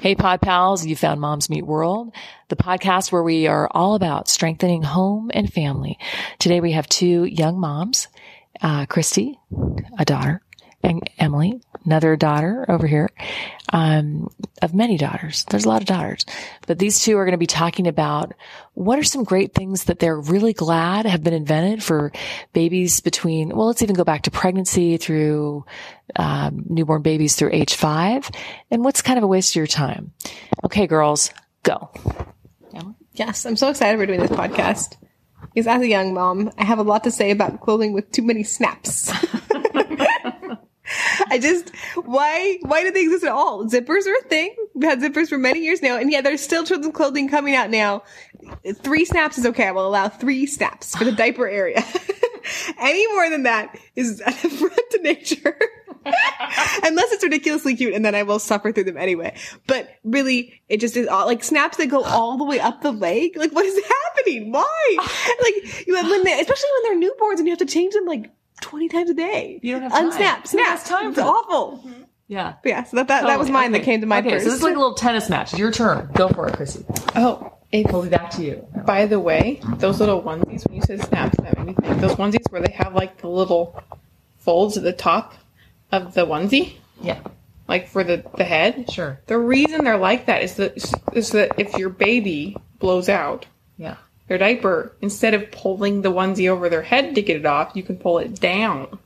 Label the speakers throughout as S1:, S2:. S1: Hey, Pod Pals, you found Moms Meet World, the podcast where we are all about strengthening home and family. Today we have two young moms, uh, Christy, a daughter, and Emily, another daughter over here, um, of many daughters. There's a lot of daughters, but these two are going to be talking about what are some great things that they're really glad have been invented for babies between, well, let's even go back to pregnancy through um, newborn babies through age five, and what's kind of a waste of your time. Okay, girls, go. Emily?
S2: Yes, I'm so excited we're doing this podcast. Because as a young mom, I have a lot to say about clothing with too many snaps. I just why why do they exist at all? Zippers are a thing. We've had zippers for many years now, and yeah, there's still children's clothing coming out now. Three snaps is okay. I will allow three snaps for the diaper area. Any more than that is an affront to nature. Unless it's ridiculously cute, and then I will suffer through them anyway. But really, it just is all like snaps that go all the way up the leg. Like, what is happening? Why? Like, you have when they, especially when they're newborns and you have to change them like 20 times a day.
S1: You don't have time.
S2: Unsnap,
S1: Who
S2: snap.
S1: has time
S2: it's
S1: for that?
S2: awful.
S1: Yeah.
S2: But yeah, so that, that, that was mine that came to my
S1: okay,
S2: first.
S1: So this is like a little tennis match. Your turn. Go for it, Chrissy.
S3: Oh, if,
S1: We'll be back to you.
S3: by the way, those little onesies, when you said snaps, that made me think. Those onesies where they have like the little folds at the top of the onesie,
S1: Yeah.
S3: like for the, the head.
S1: Sure.
S3: The reason they're like that is that, is that if your baby blows out
S1: Yeah.
S3: their diaper, instead of pulling the onesie over their head to get it off, you can pull it down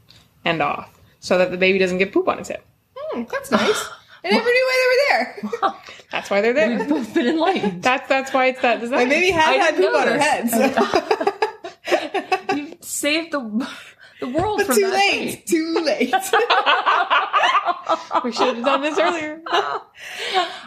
S3: and off so that the baby doesn't get poop on its head.
S2: Hmm, that's nice. I never knew why they were there.
S3: That's why they're there.
S1: We've both been enlightened.
S3: That's that's why it's that
S2: My
S3: design.
S2: baby
S1: I
S2: has had
S1: didn't
S2: poop
S1: know
S2: on her
S1: this.
S2: head. So.
S1: You've saved the the world
S2: But
S1: from
S2: too
S1: that
S2: late. Too late.
S3: we should have done this earlier.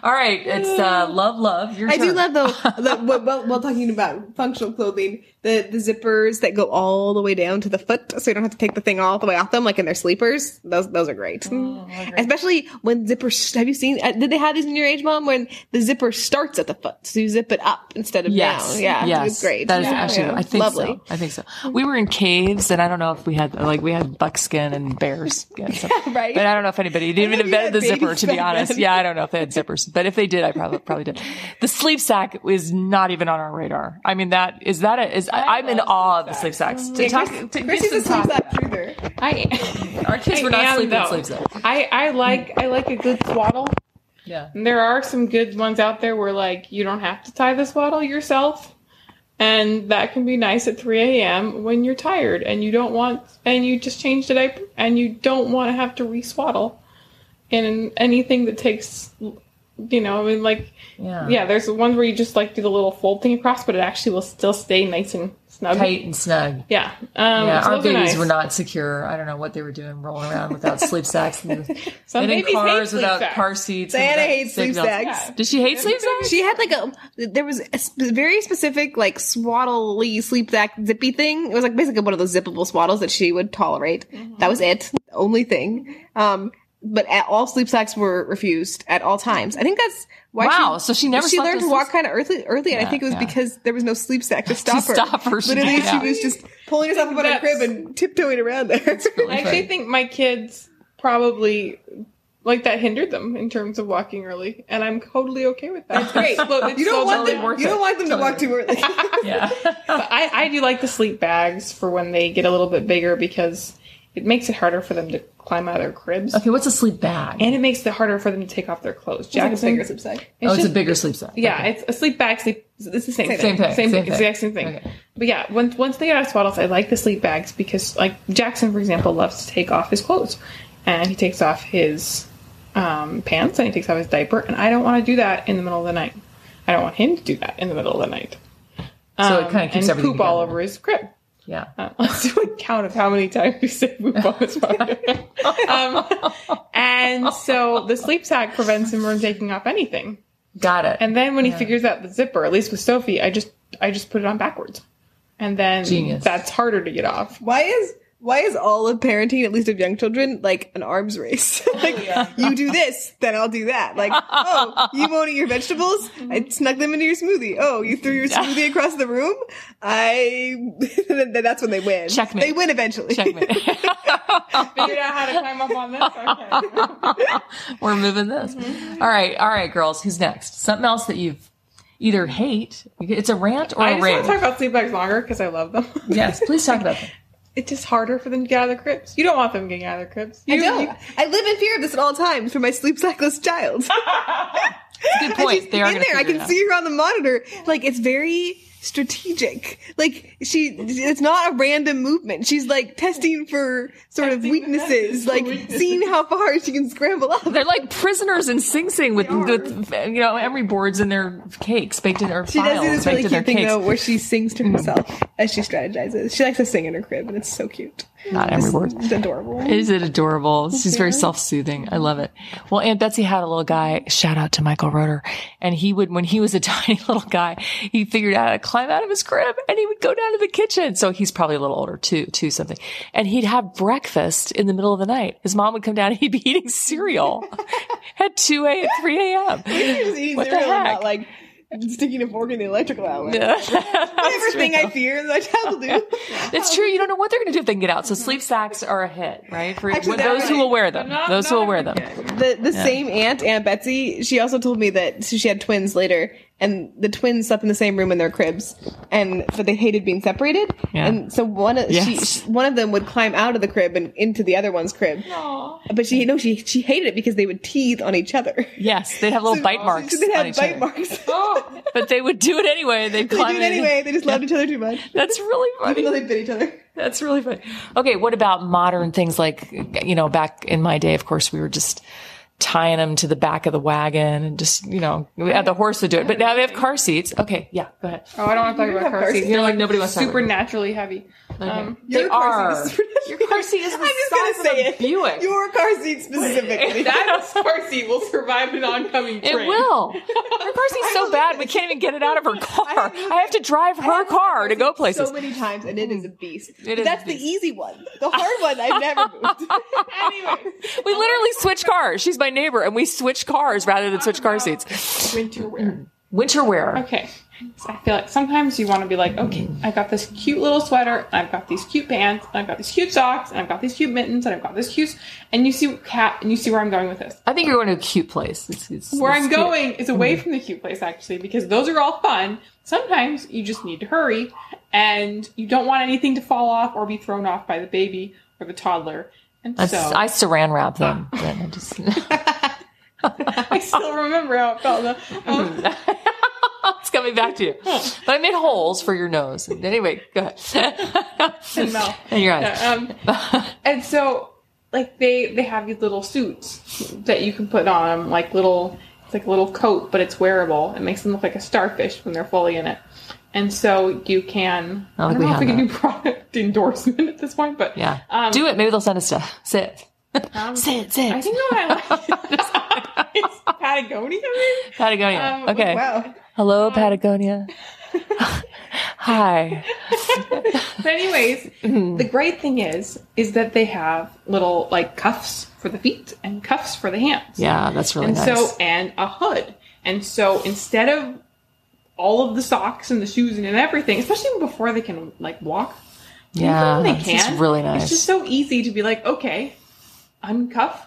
S1: All right, it's uh, love, love. Your
S2: I do
S1: turn.
S2: love though that while, while, while talking about functional clothing, the the zippers that go all the way down to the foot, so you don't have to take the thing all the way off them, like in their sleepers. Those those are great, especially when zippers. Have you seen? uh, Did they have these in your age, mom? When the zipper starts at the foot, so you zip it up instead of
S1: Yes,
S2: down. Yeah,
S1: yes,
S2: it's great.
S1: That is
S2: Yeah,
S1: actually,
S2: yeah.
S1: I think
S2: lovely.
S1: so. I think so. We were in caves, and I don't know if we had like we had buckskin and bear skin, so-
S2: right.
S1: But I don't know if anybody didn't even
S2: if you
S1: invented the
S2: had
S1: zipper.
S2: babies
S1: To be
S2: back
S1: honest,
S2: then.
S1: yeah, I don't know if they had zippers, but if they did, I probably probably did. The sleep sack is not even on our radar. I mean, that is that a, is I I'm in awe of the sleep sacks.
S2: Mm-hmm.
S1: To talk, to give
S2: Chrissy's
S1: some
S2: a sleep
S1: talk-
S2: sack truther.
S3: I
S1: Our kids were not
S3: am,
S1: sleeping in
S3: though.
S1: sleep sack.
S3: I, I like I like a good swaddle.
S1: Yeah.
S3: And there are some good ones out there where like you don't have to tie the swaddle yourself. And that can be nice at 3 a.m. when you're tired and you don't want, and you just change the diaper and you don't want to have to re-swaddle. And anything that takes, you know, I mean, like,
S1: Yeah.
S3: yeah, there's the ones where you just like do the little fold thing across, but it actually will still stay nice and snug.
S1: Tight and snug.
S3: Yeah. Um,
S1: yeah,
S3: so
S1: our
S3: those are
S1: babies
S3: nice.
S1: were not secure. I don't know what they were doing, rolling around without sleep sacks and,
S3: Some
S1: and in
S3: babies hate
S1: cars
S3: sleep
S1: without
S3: sacks.
S1: car seats. and
S2: Diana
S1: without
S2: hates sleep
S1: belts.
S2: sacks.
S1: Did she hate sleep sacks?
S2: She had like a there was a sp- very specific like swaddly sleep sack zippy thing. It was like basically one of those zippable swaddles that she would tolerate.
S1: Mm-hmm.
S2: That was it, the only thing. Um, but at, all sleep sacks were refused at all times. I think that's why.
S1: Wow,
S2: she,
S1: so she never
S2: she
S1: slept
S2: learned
S1: with
S2: to
S1: sleep-
S2: walk kind of early, early, and
S1: Yeah,
S2: I think it was
S1: yeah.
S2: because there was no sleep sack to stop her.
S1: stop her, she-
S2: Literally,
S1: yeah.
S2: she was just pulling herself up out of her crib
S3: That's-
S2: and tiptoeing around there.
S3: I actually think my kids probably like that hindered them in terms of walking early, and I'm totally okay with that. It's
S2: great.
S3: Well, it's
S2: You
S3: so
S2: don't want
S3: totally
S2: them.
S3: worth
S2: You
S3: it.
S2: don't want them to walk too early.
S1: yeah.
S3: But I, I do like the sleep bags for when they get a little bit bigger because it makes it harder for them to climb out of their cribs,
S1: okay, what's a sleep bag?
S3: and it makes it harder for them to take off their clothes.
S2: It's
S3: Jackson,
S2: like a sleep sack.
S1: oh, it's
S3: just-
S1: a bigger sleep sack.
S3: Yeah,
S1: Okay.
S3: it's a sleep bag. Sleep. It's the same,
S1: Same thing, same
S3: Same, thing. It's the
S1: thing.
S3: exact same thing.
S1: Okay.
S3: But yeah, once once they get out of swaddles, I like the sleep bags because, like Jackson, for example, loves to take off his clothes, and he takes off his um, pants and he takes off his diaper, and I don't want to do that in the middle of the night. I don't want him to do that in the middle of the night. Um,
S1: So it kinda keeps
S3: and
S1: everything
S3: poop all
S1: together.
S3: over his crib.
S1: yeah.
S3: Uh, let's do a count of how many times we say poop on his podcast. um, and so the sleep sack prevents him from taking off anything.
S1: Got it.
S3: And then when he figures out the zipper, at least with Sophie, I just I just put it on backwards, and then
S1: Genius.
S3: that's harder to get off.
S2: Why is Why is all of parenting, at least of young children, like an arms race? like you do this, then I'll do that. Like, oh, you won't eat your vegetables? I snuck them into your smoothie. Oh, you threw your smoothie across the room? I then that's when they win.
S1: Checkmate.
S2: They win eventually.
S1: Checkmate.
S3: Figured out how to climb up on this. Okay.
S1: We're moving this.
S2: Mm-hmm.
S1: All right, all right, girls. Who's next? Something else that you've either hate. It's a rant or
S3: I
S1: a
S3: just want
S1: rant.
S3: to talk about sleep bags longer because I love them.
S1: yes, please talk about that.
S3: It's just harder for them to get out of their cribs. You don't want them getting out of their cribs. You,
S2: I don't.
S3: you-
S2: I live in fear of this at all times for my sleep cyclist child.
S1: Good point. They are
S2: in
S1: gonna
S2: there.
S1: figure
S2: I
S1: it
S2: can
S1: out.
S2: see her on the monitor. Like it's very strategic. Like she, it's not a random movement. She's like testing for sort of
S3: Testing the
S2: weaknesses,
S3: message for
S2: like
S3: weaknesses.
S2: seeing how far she can scramble up.
S1: They're like prisoners in Sing Sing with,
S3: They are.
S1: with you know emery boards in their cakes baked in their
S2: She does
S1: files
S2: do this
S1: baked
S2: really
S1: in their
S2: cute thing
S1: cakes.
S2: though, where she sings to herself as she strategizes. She likes to sing in her crib, and it's so cute.
S1: Not emery boards.
S2: It's adorable.
S1: Is it adorable? She's very self-soothing. I love it. Well, Aunt Betsy had a little guy. Shout out to Michael Roeder, and he would, when he was a tiny little guy, he figured out how to climb out of his crib, and he would go down to the kitchen. So he's probably a little older, two, two something, and he'd have breakfast in the middle of the night. His mom would come down, and he'd be eating cereal at two a, three a.m.
S2: She's eating
S1: What the
S2: cereal and
S1: heck?
S2: not like sticking a fork in the electrical outlet.
S1: That's
S2: Everything
S1: true.
S2: I fear my child will do.
S1: It's true. You don't know what they're going to do if they can get out. So sleep sacks are a hit, right? For
S2: Actually, they're
S1: those who will wear them.
S3: Not-
S1: those who
S3: not
S1: will wear
S3: every
S1: them.
S3: kid.
S2: The the same aunt, Aunt Betsy, she also told me that so she had twins later, and the twins slept in the same room in their cribs, and but they hated being separated,
S1: Yeah.
S2: and so one of she,
S1: Yes.
S2: one of them would climb out of the crib and into the other one's crib,
S3: Aw.
S2: but she no she she hated it because they would teethe on each other.
S1: Yes, they'd have little bite marks
S2: So they
S1: on
S2: had
S1: each
S2: bite
S1: other.
S2: marks.
S3: Oh,
S1: But they would do it anyway. They'd
S2: they
S1: climb
S2: did it
S1: in.
S2: anyway. They just loved each other too much.
S1: That's really
S2: Even though
S1: funny.
S2: they bit each other.
S1: That's really funny. Okay, what about modern things like, you know, back in my day, of course, we were just tying them to the back of the wagon and just, you know, we had the horse to do it. But now they have car seats. Okay, yeah, go ahead.
S3: oh, I don't want to talk about
S2: have
S3: car seats.
S1: You're like, nobody wants to talk about
S3: supernaturally heavy. Um,
S1: They
S2: Your car
S1: are.
S2: seat is-
S1: Your car seat is the
S2: I'm just
S1: size
S2: gonna say
S1: of a
S2: it.
S1: Buick.
S2: Your car seat specifically.
S3: that car seat will survive an oncoming
S1: It
S3: train.
S1: will. Her car seat's so bad we can't even get it out of her car. I have to drive her car to go places.
S2: So many times, and it is a beast.
S1: It is
S2: That's
S1: a
S2: the easy one. The hard one I've never moved.
S3: Anyway,
S1: We literally switch cars. She's my neighbor, and we switch cars rather than switch car seats.
S3: winter wear.
S1: Winter wear.
S3: Okay. So I feel like sometimes you want to be like, okay, I've got this cute little sweater, and I've got these cute pants, and I've got these cute socks, and I've got these cute mittens, and I've got this cute, and you see cat, and you see where I'm going with this.
S1: I think you're going to a cute place. It's, it's,
S3: Where
S1: it's
S3: I'm
S1: cute. Mm-hmm.
S3: going is away from the cute place actually, because those are all fun. Sometimes you just need to hurry, and you don't want anything to fall off or be thrown off by the baby or the toddler. And
S1: That's,
S3: so
S1: I saran wrap them. Then I just,
S3: I still remember how it felt.
S1: Mm-hmm.
S3: Um,
S1: it's coming back to you. But I made holes for your nose. Anyway, go ahead.
S3: and mouth.
S1: And your eyes.
S3: Yeah, um, and so like they they have these little suits that you can put on 'em, like little it's like a little coat but it's wearable it makes them look like a starfish when they're fully in it and so you can
S1: I
S3: i,
S1: like
S3: don't
S1: we
S3: know
S1: have
S3: if we can
S1: that.
S3: do product endorsement at this point but
S1: Yeah.
S3: um,
S1: Do it. Maybe they'll send us stuff. Say it.
S3: um,
S1: Say it. Say it.
S3: i think the one i like is patagonia maybe
S1: Patagonia.
S3: Um,
S1: okay.
S2: Wow.
S1: Hello, Patagonia. Hi.
S3: but anyways
S1: Mm-hmm.
S3: the great thing is is that they have little like cuffs for the feet and cuffs for the hands
S1: Yeah, that's really
S3: and
S1: Oh, nice.
S3: so and a hood and so instead of all of the socks and the shoes and, and everything especially before they can like walk
S1: yeah,
S3: even when they
S1: it's
S3: can
S1: just really nice.
S3: it's just so easy to be like okay uncuff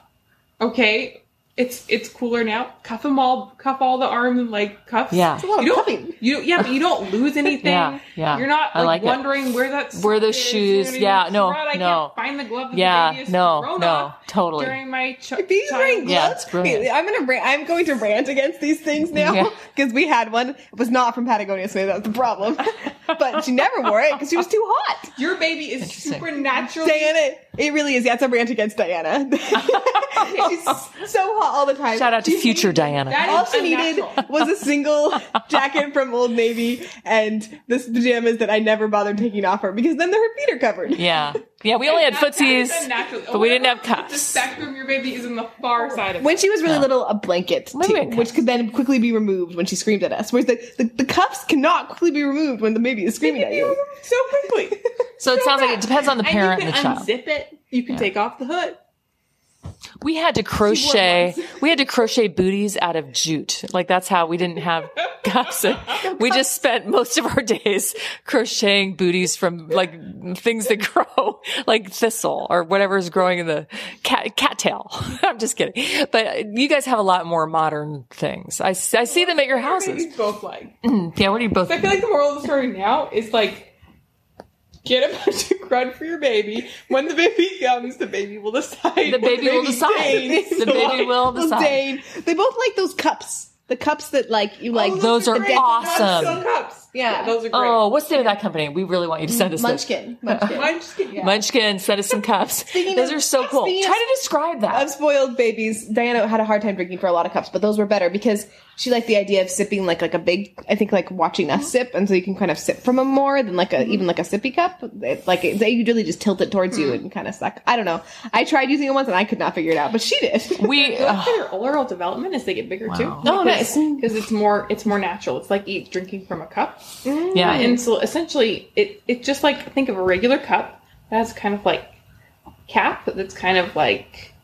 S3: okay it's it's cooler now cuff them all cuff all the arms and leg cuffs
S1: Yeah.
S2: a lot of
S3: you don't
S2: cuffing.
S3: you yeah but you don't lose anything
S1: Yeah, yeah.
S3: you're not
S1: I
S3: like,
S1: like it.
S3: wondering where that
S1: Where the
S3: sock is, you know
S1: shoes-
S3: what I mean?
S1: yeah, no,
S3: Crud, I
S1: no.
S3: can't find the glove that
S1: Yeah,
S3: the baby is
S1: no,
S3: thrown
S1: no,
S3: off
S1: totally.
S3: during my ch-
S2: These wearing gloves.
S1: Yeah, it's brilliant.
S2: Okay, I'm gonna rant, I'm going to rant against these things
S1: Yeah.
S2: now because we had one. It was not from Patagonia, so maybe that was the problem. but she never wore it because she was too hot.
S3: Your baby is
S1: Interesting.
S3: supernaturally.
S2: Diana, it really is. Yeah, it's a rant against Diana. She's so hot all the time.
S1: Shout out to
S2: She's-
S1: future Diana.
S3: That
S2: All
S3: is
S2: she needed
S3: unnatural.
S2: was a single jacket from Old Navy and this pajamas that I never bothered taking off her because then her feet are covered.
S1: yeah. Yeah, we only had
S3: That- that is
S1: footsies,
S3: unnaturally-
S1: but we didn't have
S3: Whatever The
S1: cuffs.
S3: spectrum your baby is in the far side of. it.
S2: When she was really little, a blanket,
S1: Maybe
S2: too,
S1: a cuff.
S2: which could then quickly be removed when she screamed at us. Whereas the, the, the cuffs cannot quickly be removed when the baby is screaming at you.
S3: so quickly.
S1: So it sounds like it depends on the parent
S2: you
S1: and the
S2: can
S1: child.
S2: unzip it. You can take off the hood.
S1: We had to crochet. We had to crochet booties out of jute. Like that's how we didn't have cups. We just spent most of our days crocheting booties from like things that grow, like thistle or whatever is growing in the cat cattail. I'm just kidding. But you guys have a lot more modern things. I, s- I see them at your houses.
S3: Maybe both like.
S1: Yeah. What do you both?
S3: I feel like the moral of the story now is like get a bunch of crud for your baby. When the baby comes, the baby will decide.
S1: The
S3: what
S1: baby will decide.
S3: thinks.
S1: The baby will
S2: Those
S1: decide. Oh,
S2: Dane- They both like those cups. The cups that like you like.
S1: Those are
S2: the decorative
S1: awesome.
S3: Some cups.
S2: Yeah.
S3: those are great.
S1: Oh, what's the name of that company? We really want you to send us this.
S2: Munchkin. Munchkin.
S3: Mine just get- yeah.
S1: Munchkin, send us some cups.
S2: Speaking
S1: Those
S2: of-
S1: are so cool. Try
S2: speaking of-
S1: to describe that.
S2: of spoiled babies, Diana had a hard time drinking for a lot of cups, but those were better because she liked the idea of sipping like like a big. I think like watching us sip, and so you can kind of sip from them more than like a even like a sippy cup. It, like it, they really just tilt it towards you and kind of suck. I don't know. I tried using it once and I could not figure it out, but she did.
S1: we uh,
S3: Good
S1: ugh.
S3: for their oral development as they get bigger too.
S1: Wow.
S2: Oh, nice.
S3: Because it's more it's more natural. It's like eat drinking from a cup.
S1: yeah.
S3: And so essentially, it it's just like think of a regular cup that has kind of like cap that's kind of like,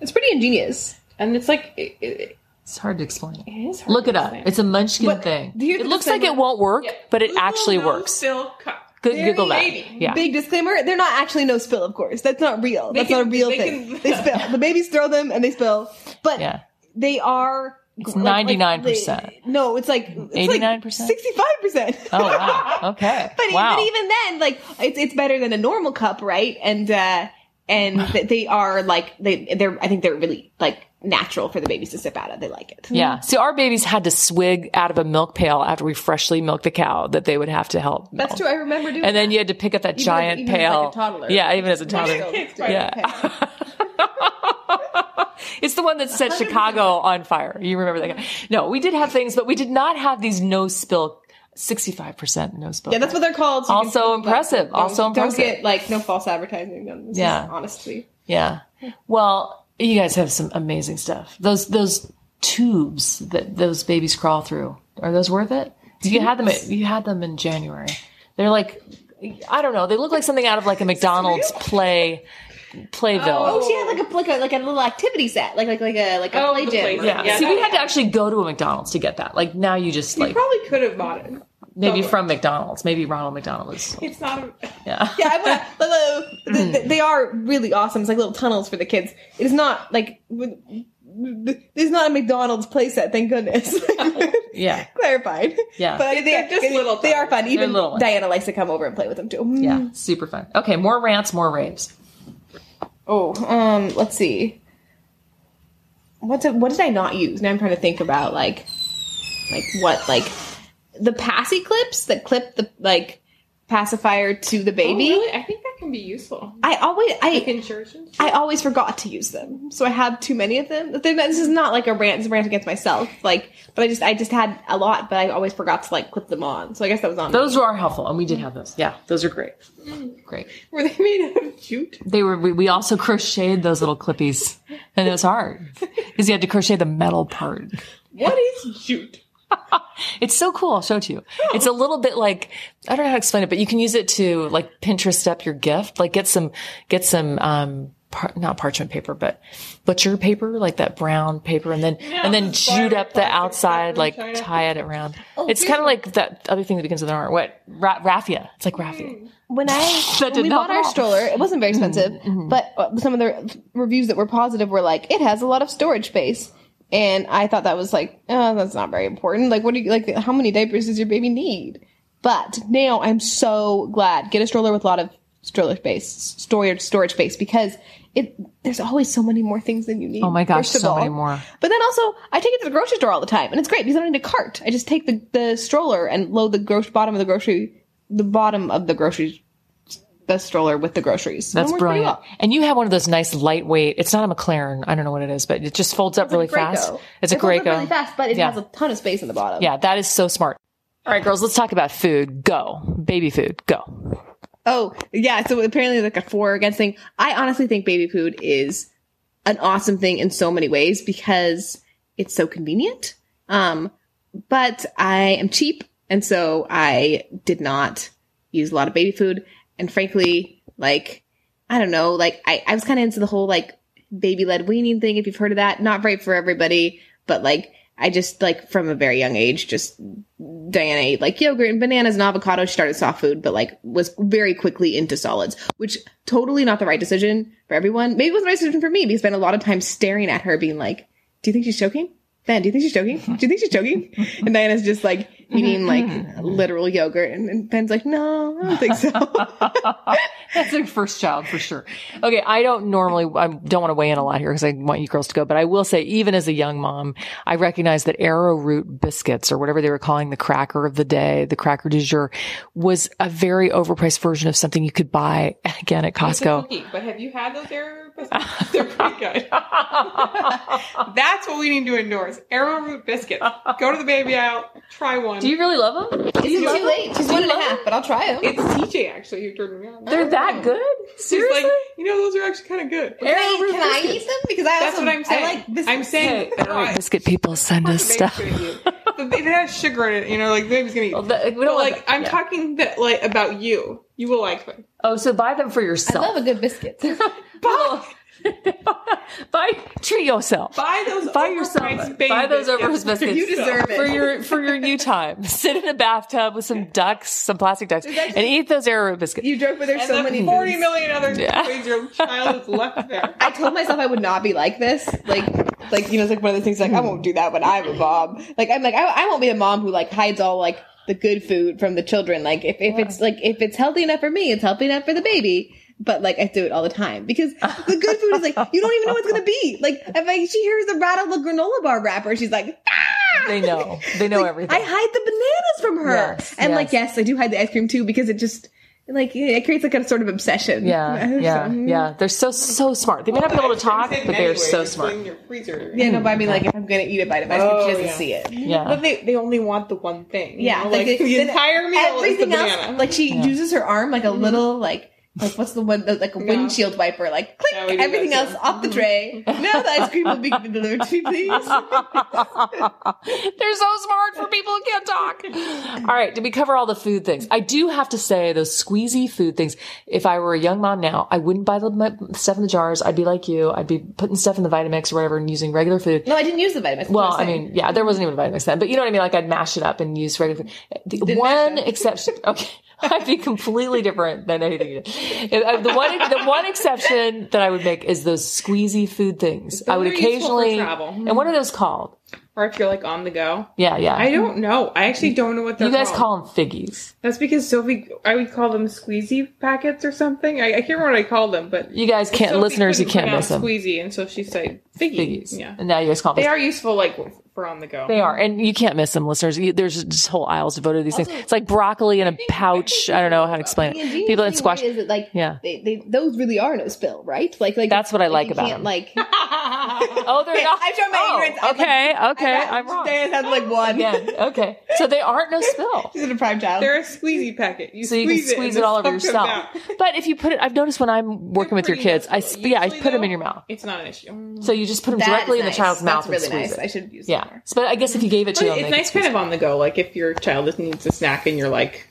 S2: it's pretty ingenious.
S3: and it's like it, it,
S1: it's hard to explain.
S3: it is. hard
S1: Look
S3: to
S1: it up.
S3: explain.
S1: It's a munchkin
S2: But
S1: thing.
S2: here's
S1: It
S2: the
S1: looks like it
S2: disclaimer.
S1: won't work, but it
S3: Google
S1: actually
S3: no
S1: works.
S3: Fill cup.
S1: Good
S2: Very
S1: Google that.
S3: baby.
S1: Yeah.
S2: Big disclaimer: they're not actually no spill, of course. That's not real. That's
S3: can-
S2: not a real
S3: they
S2: thing.
S3: can-
S2: they spill. The babies throw them and they spill, but
S1: Yeah.
S2: they are.
S1: It's
S2: like- like
S1: 99%.
S2: they- no, it's like eighty nine
S1: 89%?
S2: sixty five percent.
S1: Oh wow. Okay.
S2: But
S1: wow.
S2: even, even then, like it's it's better than a normal cup, right? And uh and th- they are like they they're I think they're really like natural for the babies to sip out of. They like it.
S1: yeah. See, our babies had to swig out of a milk pail after we freshly milked the cow that they would have to help.
S2: That's
S1: milk.
S2: true. I remember doing.
S1: And then
S2: that.
S1: you had to pick up that
S2: Even as-
S1: giant
S2: even as, like,
S1: pail.
S2: a toddler.
S1: Yeah, even as a
S2: Still,
S1: toddler.
S2: it's
S3: Right.
S2: different.
S1: Yeah. It's the one that set Chicago on fire. You remember that guy? No, we did have things, but we did not have these no spill. Sixty-five percent no spill.
S2: Yeah, that's what they're called. so you
S1: Also
S2: can-
S1: impressive.
S2: don't-
S1: Also impressive.
S2: Don't get like no false advertising. No, this is
S1: Yeah.
S2: honestly.
S1: Yeah. Well, you guys have some amazing stuff. Those those tubes that those babies crawl through are those worth it? You had them. You had them in January. They're like, I don't know. They look like something out of like a McDonald's play
S2: Oh,
S1: playville.
S2: she had like a like a like a little activity set, like like like a like a
S3: Oh,
S2: play
S3: the
S2: gym.
S3: play
S2: or-
S3: gym.
S1: Yeah.
S3: Yeah.
S1: See, we had to actually go to a McDonald's to get that. Like now, you just
S3: You
S1: like
S3: probably could have bought it.
S1: maybe from McDonald's. Maybe Ronald McDonald is.
S3: It's not. A,
S1: Yeah.
S2: yeah, I wanna, hello. Th-
S1: Mm.
S2: th- they are really awesome. It's like little tunnels for the kids. It is not like w- th- this is not a McDonald's playset. Thank goodness.
S1: Oh, Yeah.
S2: Clarified.
S1: Yeah.
S2: but they,
S3: They're just little
S2: they are fun. Even
S1: little ones.
S2: Diana likes to come over and play with them too.
S1: Yeah. Super fun. Okay. More rants. More raves.
S2: Oh, um, let's see. What's a, what did I not use? Now I'm trying to think about like, like what like the passy clips that clip the like pacifier to the
S3: oh,
S2: baby.
S3: really? I think that can be useful.
S2: I always I
S3: Like in churches.
S2: I always forgot to use them, so I have too many of them. But they're not- This is not like a rant, it's a rant against myself. Like, but I just I just had a lot, but I always forgot to like clip them on. So I guess that was on. me.
S1: Those are helpful, and we did have those. Yeah. Those are great. Great.
S3: Were they made out of jute?
S1: They were. We, we also crocheted those little clippies, and it was hard because you had to crochet the metal part.
S3: What is jute?
S1: It's so cool. I'll show it to you. It's a little bit like I don't know how to explain it, but you can use it to like Pinterest up your gift. Like get some get some um par- not parchment paper, but butcher paper, like that brown paper, and then and then
S3: it's fire
S1: jute up the
S3: plastic
S1: outside,
S3: from
S1: like
S3: China.
S1: tie it around.
S2: Oh,
S1: it's kind of like that other thing that begins with an R. What Ra- raffia? It's like raffia.
S2: when I
S1: That
S2: when
S1: did
S2: we
S1: not Mm-hmm,
S2: bought our
S1: help.
S2: stroller, it wasn't very expensive, but uh, some of the reviews that were positive were like, it has a lot of storage space. And I thought that was like, oh, that's not very important. Like, what do you like? How many diapers does your baby need? But now I'm so glad get a stroller with a lot of stroller space, storage storage space because it there's always so many more things than you need.
S1: Oh my gosh,
S2: first of
S1: so
S2: all.
S1: many more.
S2: But then also, I take it to the grocery store all the time, and it's great because I don't need a cart. I just take the, the stroller and load the gro- bottom of the grocery, the bottom of the grocery, the stroller with the groceries.
S1: That's
S2: It works pretty
S1: brilliant.
S2: well.
S1: And you have one of those nice lightweight. It's not a McLaren. I don't know what it is, but it just folds up really
S2: Graco.
S1: fast. It's a
S2: It holds
S1: Graco.
S2: up really fast, but it
S1: Yeah.
S2: has a ton of space in the bottom.
S1: Yeah, that is so smart. All right, girls, let's talk about food. Go. Baby food. Go.
S2: Oh, yeah. So apparently, like a for or against thing. I honestly think baby food is an awesome thing in so many ways because it's so convenient. Um, but I am cheap, and so I did not use a lot of baby food. And frankly, like, I don't know, like, I, I was kind of into the whole, like, baby led weaning thing, if you've heard of that. Not right for everybody, but like, I just, like, from a very young age, just Diana ate, like, yogurt and bananas and avocado. She started soft food, but, like, was very quickly into solids, which totally not the right decision for everyone. Maybe it was the right decision for me because I spent a lot of time staring at her, being like, do you think she's choking? Ben, do you think she's joking? Do you think she's joking? And Diana's just like eating like literal yogurt, and, and Ben's like, no, I don't think so.
S1: That's their first child for sure. Okay, I don't normally, I don't want to weigh in a lot here because I want you girls to go, but I will say, even as a young mom, I recognize that arrowroot biscuits or whatever they were calling the cracker of the day, the cracker du jour, was a very overpriced version of something you could buy again at
S3: It's a
S1: Costco.
S3: cookie, but have you had those arrowroot biscuits? They're pretty good. That's what we need to endorse. Arrowroot biscuits. Go to the baby aisle, try one.
S1: Do you really love them? Do you
S2: It's
S1: love
S2: too
S1: them?
S2: late. She's one and a half, but I'll try them.
S3: it's TJ actually who turned me on.
S1: They're that good?
S3: She's
S1: Seriously?
S3: like, you know, those are actually kind of good.
S2: Can I,
S1: Arrowroot
S2: can I eat them? Because I
S3: That's
S2: also,
S3: what I'm saying.
S2: I like this.
S3: I'm saying
S1: Arrowroot biscuit people send us stuff.
S3: But if it has sugar in it, you know, like the baby's gonna eat.
S1: Well, that- we
S3: but
S1: don't want
S3: like,
S1: that.
S3: I'm
S1: Yeah.
S3: talking that like about you. You will like them.
S1: Oh, so buy them for
S2: I
S1: yourself.
S2: love a good biscuit.
S1: buy, buy treat yourself.
S3: Buy those.
S1: Buy yourself.
S3: overpriced baby
S1: buy those over his biscuits.
S2: You deserve it.
S1: for your for your new time. Sit in a bathtub with some ducks, some plastic ducks,
S2: actually-
S1: and eat those arrowroot biscuits.
S2: You joke, but there's
S3: And
S2: so
S3: the
S2: many.
S3: 40
S2: foods.
S3: million other
S1: Yeah.
S3: ways your child is left there.
S2: I told myself I would not be like this. Like, like you know, it's like one of those things. Like, I won't do that when I'm a mom. Like, I'm like, I, I won't be the mom who like hides all like the good food from the children. Like, if, if it's like if it's healthy enough for me, it's healthy enough for the baby. But like, I do it all the time because the good food is like you don't even know what's gonna be. Like, if I, she hears the rattle of the granola bar wrapper, she's like,
S1: They know. They know
S2: like,
S1: everything.
S2: I hide the bananas from her.
S1: Yes,
S2: and
S1: yes.
S2: like, yes, I do hide the ice cream too because it just like it creates like a sort of obsession.
S1: yeah, yeah,
S2: So-
S1: yeah. They're so so smart. They may not be able to talk, but they are so
S3: It's
S1: smart.
S3: in your freezer.
S2: Yeah, no, but I mean, like, if I'm gonna eat it, bite it, but
S3: Oh,
S2: she doesn't
S3: yeah.
S2: see it.
S1: Yeah,
S3: But they, they only want the one thing. you
S2: Yeah,
S3: know, like, the,
S2: then
S3: entire meal
S2: everything
S3: is the
S2: else.
S3: banana.
S2: Like she uses her arm like a
S1: Mm-hmm.
S2: little like like what's the one like a windshield wiper like click
S3: Yeah, we do that
S2: everything
S3: too.
S2: else off the tray.
S1: Mm-hmm.
S2: now the ice cream will be delivered to me, please.
S1: they're so smart for people who can't talk. All right, did we cover all the food things? I do have to say those squeezy food things. If I were a young mom now, I wouldn't buy the mu- stuff in the jars. I'd be like you. I'd be putting stuff in the Vitamix or whatever and using regular food.
S2: No, I didn't use the vitamins. that's what
S1: Well,
S2: I'm
S1: I
S2: saying.
S1: mean, yeah, there wasn't even Vitamix then, but you know what I mean? Like I'd mash it up and use regular food. The one exception, okay. I'd be completely different than anything you did. If- uh, The one, the one exception that I would make is those squeezy food things. I would
S3: are useful for
S1: occasionally,
S3: travel.
S1: and what are those called?
S3: or if you're like on the go.
S1: Yeah, yeah.
S3: I don't know. I actually don't know what they're
S1: Mm-hmm. you guys
S3: called.
S1: call them figgies.
S3: That's because Sophie, I would call them squeezy packets or something. I, I can't remember what I called them, but
S1: You guys can't,
S3: Sophie
S1: listeners, you
S3: couldn't
S1: can't miss
S3: pronounce
S1: them.
S3: Squeezy, and so she said figgy.
S1: Figgies.
S3: Yeah,
S1: And now you guys call them.
S3: they are useful, like for on the go.
S1: They are, and you can't miss them, listeners. You, there's just whole aisles devoted to these things. It's like broccoli in a pouch. I don't know how to explain
S2: The
S1: it.
S2: ingenious
S1: People that
S2: thing,
S1: squash.
S2: right, is that like
S1: Yeah.
S2: they, they those really are no spill right like like
S1: That's what I like
S2: you
S1: about
S2: can't,
S1: them.
S2: like
S1: Oh, they're not.
S2: I show my
S1: oh,
S2: ignorance. I'm
S1: Okay, okay,
S2: I-
S1: I'm wrong.
S2: Diana had like one
S1: Yeah, okay. So they aren't no spill.
S2: she's in a prime child
S3: They're a squeezy packet. You
S1: So you can
S3: squeeze
S1: squeeze
S3: it,
S1: it
S3: and
S1: all over
S3: the stuff
S1: yourself.
S3: comes out.
S1: But if you put it, I've noticed when I'm working with your
S3: pretty
S1: kids, I s-
S3: useful.
S1: yeah, I
S3: Usually,
S1: put them
S3: though,
S1: in your mouth.
S3: It's not an issue.
S1: So you just put them
S2: That
S1: directly
S2: is
S1: in the
S2: nice.
S1: child's mouth
S2: That's really
S1: and squeeze
S2: nice. I
S1: it.
S2: should use that
S1: Yeah,
S2: more.
S1: but I guess if you gave it to
S3: But
S1: them,
S3: it's
S1: they
S3: nice, kind of on the go. Like if your child just needs a snack and you're like,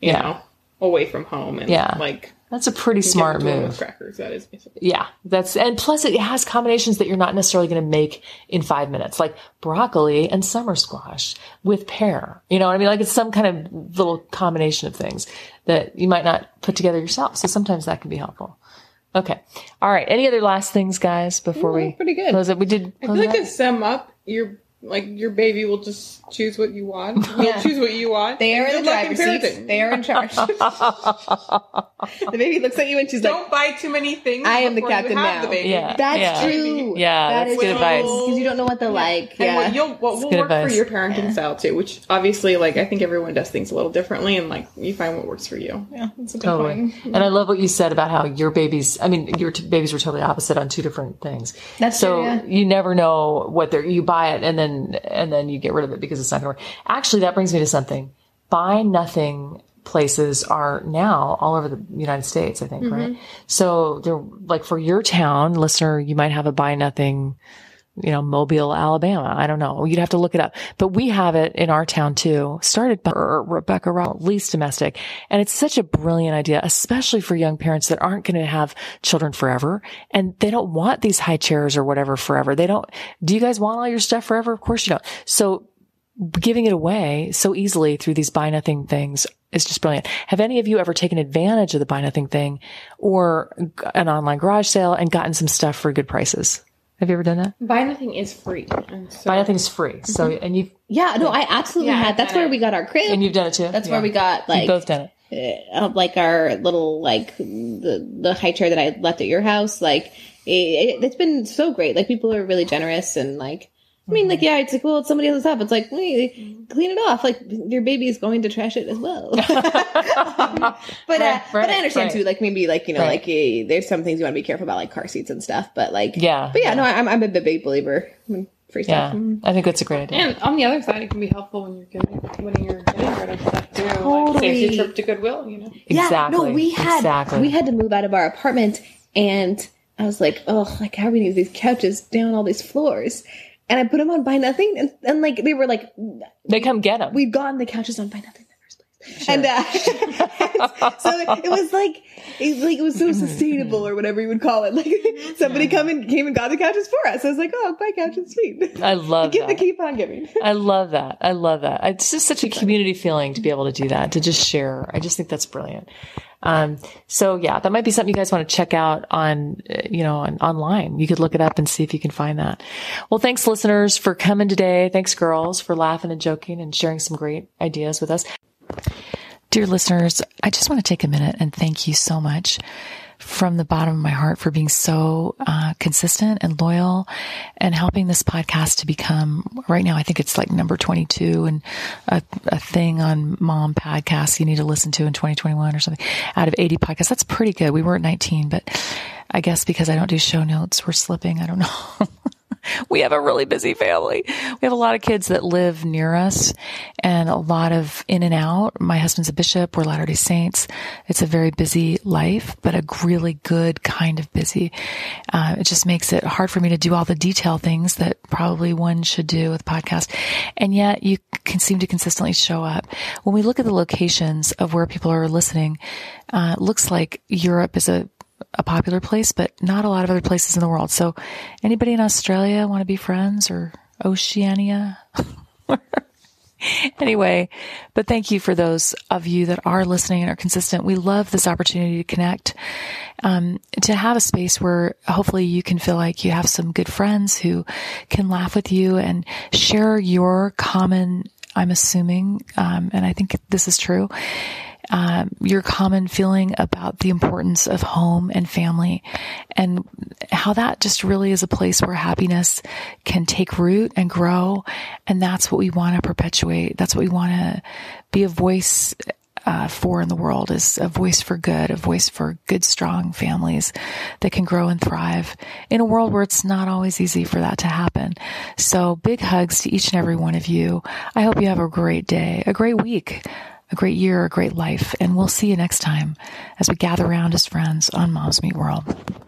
S3: you
S1: Yeah.
S3: know, away from home and
S1: Yeah.
S3: like
S1: that's a pretty smart
S3: doing those
S1: move.
S3: Crackers. That is.
S1: Yeah, that's and plus it has combinations that you're not necessarily going to make in five minutes, like broccoli and summer squash with pear. You know what I mean? Like it's some kind of little combination of things that you might not put together yourself. So sometimes that can be helpful. Okay, all right. Any other last things, guys? Before we
S2: pretty good.
S1: close it, we did.
S3: I
S1: Close
S3: feel like
S1: it
S3: to sum up, your like your baby will just choose what you want. You'll choose what you want.
S2: They are
S3: and
S2: in the
S3: good luck
S2: driver's
S3: parenting.
S2: seat. They are in charge. the baby looks at you and she's like,
S3: Don't buy too many things.
S2: I am the
S3: before you
S2: captain now.
S3: have The baby.
S1: Yeah.
S2: "That's
S1: yeah.
S2: true.
S1: Yeah, that's
S2: is
S1: good
S2: true."
S1: advice.
S2: 'Cause you don't know what they're like.
S3: And
S2: Yeah,
S3: what you'll what will
S1: good
S3: work
S1: advice.
S3: for your parenting style too, which obviously like I think everyone does things a little differently and like you find what works for you. Yeah, that's a good
S1: Totally. And I love what you said about how your babies, I mean, your t- babies were totally opposite on two different things.
S2: That's
S1: so
S2: true, yeah.
S1: you never know what they're, you buy it and then, and then you get rid of it because it's not going to work. Actually, that brings me to something. Buy nothing places are now all over the United States, I think,
S2: Mm-hmm.
S1: right? So they're like for your town, listener, you might have a buy nothing you know, Mobile, Alabama. I don't know. You'd have to look it up, but we have it in our town too. Started by Rebecca Roll, least domestic. And it's such a brilliant idea, especially for young parents that aren't going to have children forever and they don't want these high chairs or whatever forever. They don't, do you guys want all your stuff forever? Of course you don't. So giving it away so easily through these buy nothing things is just brilliant. Have any of you ever taken advantage of the buy nothing thing or an online garage sale and gotten some stuff for good prices? Have you ever done that?
S3: Buy nothing is free. and So
S1: Buy nothing's free. So
S2: Mm-hmm.
S1: and you've
S2: Yeah, no, I absolutely
S3: Yeah,
S2: had. That's
S3: I-
S2: where we got our crib.
S1: and you've done it too.
S2: that's where we got like
S1: You've both done it.
S2: uh, like our little like the the high chair that I left at your house. Like it, it's been so great. Like people are really generous and like. I mean,
S1: Mm-hmm.
S2: like, yeah, it's like, well, it's somebody else's stuff. It's like, wait, clean it off. Like, your baby is going to trash it as well. but, uh,
S1: Right,
S2: but I
S1: right, right.
S2: understand too. Like, maybe, like, you know,
S1: Right.
S2: like, eh, there's some things you want to be careful about, like car seats and stuff. But like,
S1: Yeah,
S2: but yeah, no, I'm I'm a big- big believer in free
S1: Yeah,
S2: stuff.
S1: I think that's a great idea.
S3: And on the other side, it can be helpful when you're getting when you're getting rid of stuff too. Like, saves
S2: Totally.
S3: your trip to Goodwill, you know.
S1: exactly.
S2: Yeah, no, we had
S1: exactly.
S2: we had to move out of our apartment, and I was like, oh, like how are we gonna get these couches down all these floors? And I put them on buy nothing, and, and like they were like
S1: they come get them.
S2: we'd gotten the couches on buy nothing in the first place, and uh, so it was like it, like it was so sustainable or whatever you would call it. Like somebody come and came and got the couches for us. I was like, oh, buy couches, sweet.
S1: I love
S2: Give the
S1: that.
S2: keep on giving.
S1: I love that. I love that. It's just such a community feeling to be able to do that, to just share. I just think that's brilliant. Um, so yeah, that might be something you guys want to check out on, uh, you know, on, online. You could look it up and see if you can find that. Well, thanks listeners for coming today. Thanks girls for laughing and joking and sharing some great ideas with us. Dear listeners, I just want to take a minute and thank you so much from the bottom of my heart for being so uh, consistent and loyal and helping this podcast to become right now. I think it's like number 22 and a, a thing on mom podcasts you need to listen to in 2021 or something out of 80 podcasts. That's pretty good. We were at 19, but I guess because I don't do show notes, we're slipping. I don't know. we have a really busy family. We have a lot of kids that live near us and a lot of in and out. My husband's a bishop. We're Latter day Saints. It's a very busy life, but a really good kind of busy. Uh, it just makes it hard for me to do all the detail things that probably one should do with podcast. And yet you can seem to consistently show up. When we look at the locations of where people are listening, uh, it looks like Europe is a a popular place, but not a lot of other places in the world. So, anybody in Australia want to be friends or Oceania? anyway, but thank you for those of you that are listening and are consistent. We love this opportunity to connect, um, to have a space where hopefully you can feel like you have some good friends who can laugh with you and share your common, I'm assuming, um, and I think this is true, um, your common feeling about the importance of home and family and how that just really is a place where happiness can take root and grow. And that's what we want to perpetuate. That's what we want to be a voice uh, for in the world is a voice for good, a voice for good, strong families that can grow and thrive in a world where it's not always easy for that to happen. So big hugs to each and every one of you. I hope you have a great day, a great week, a great year, a great life. And we'll see you next time as we gather around as friends on Moms Meet World.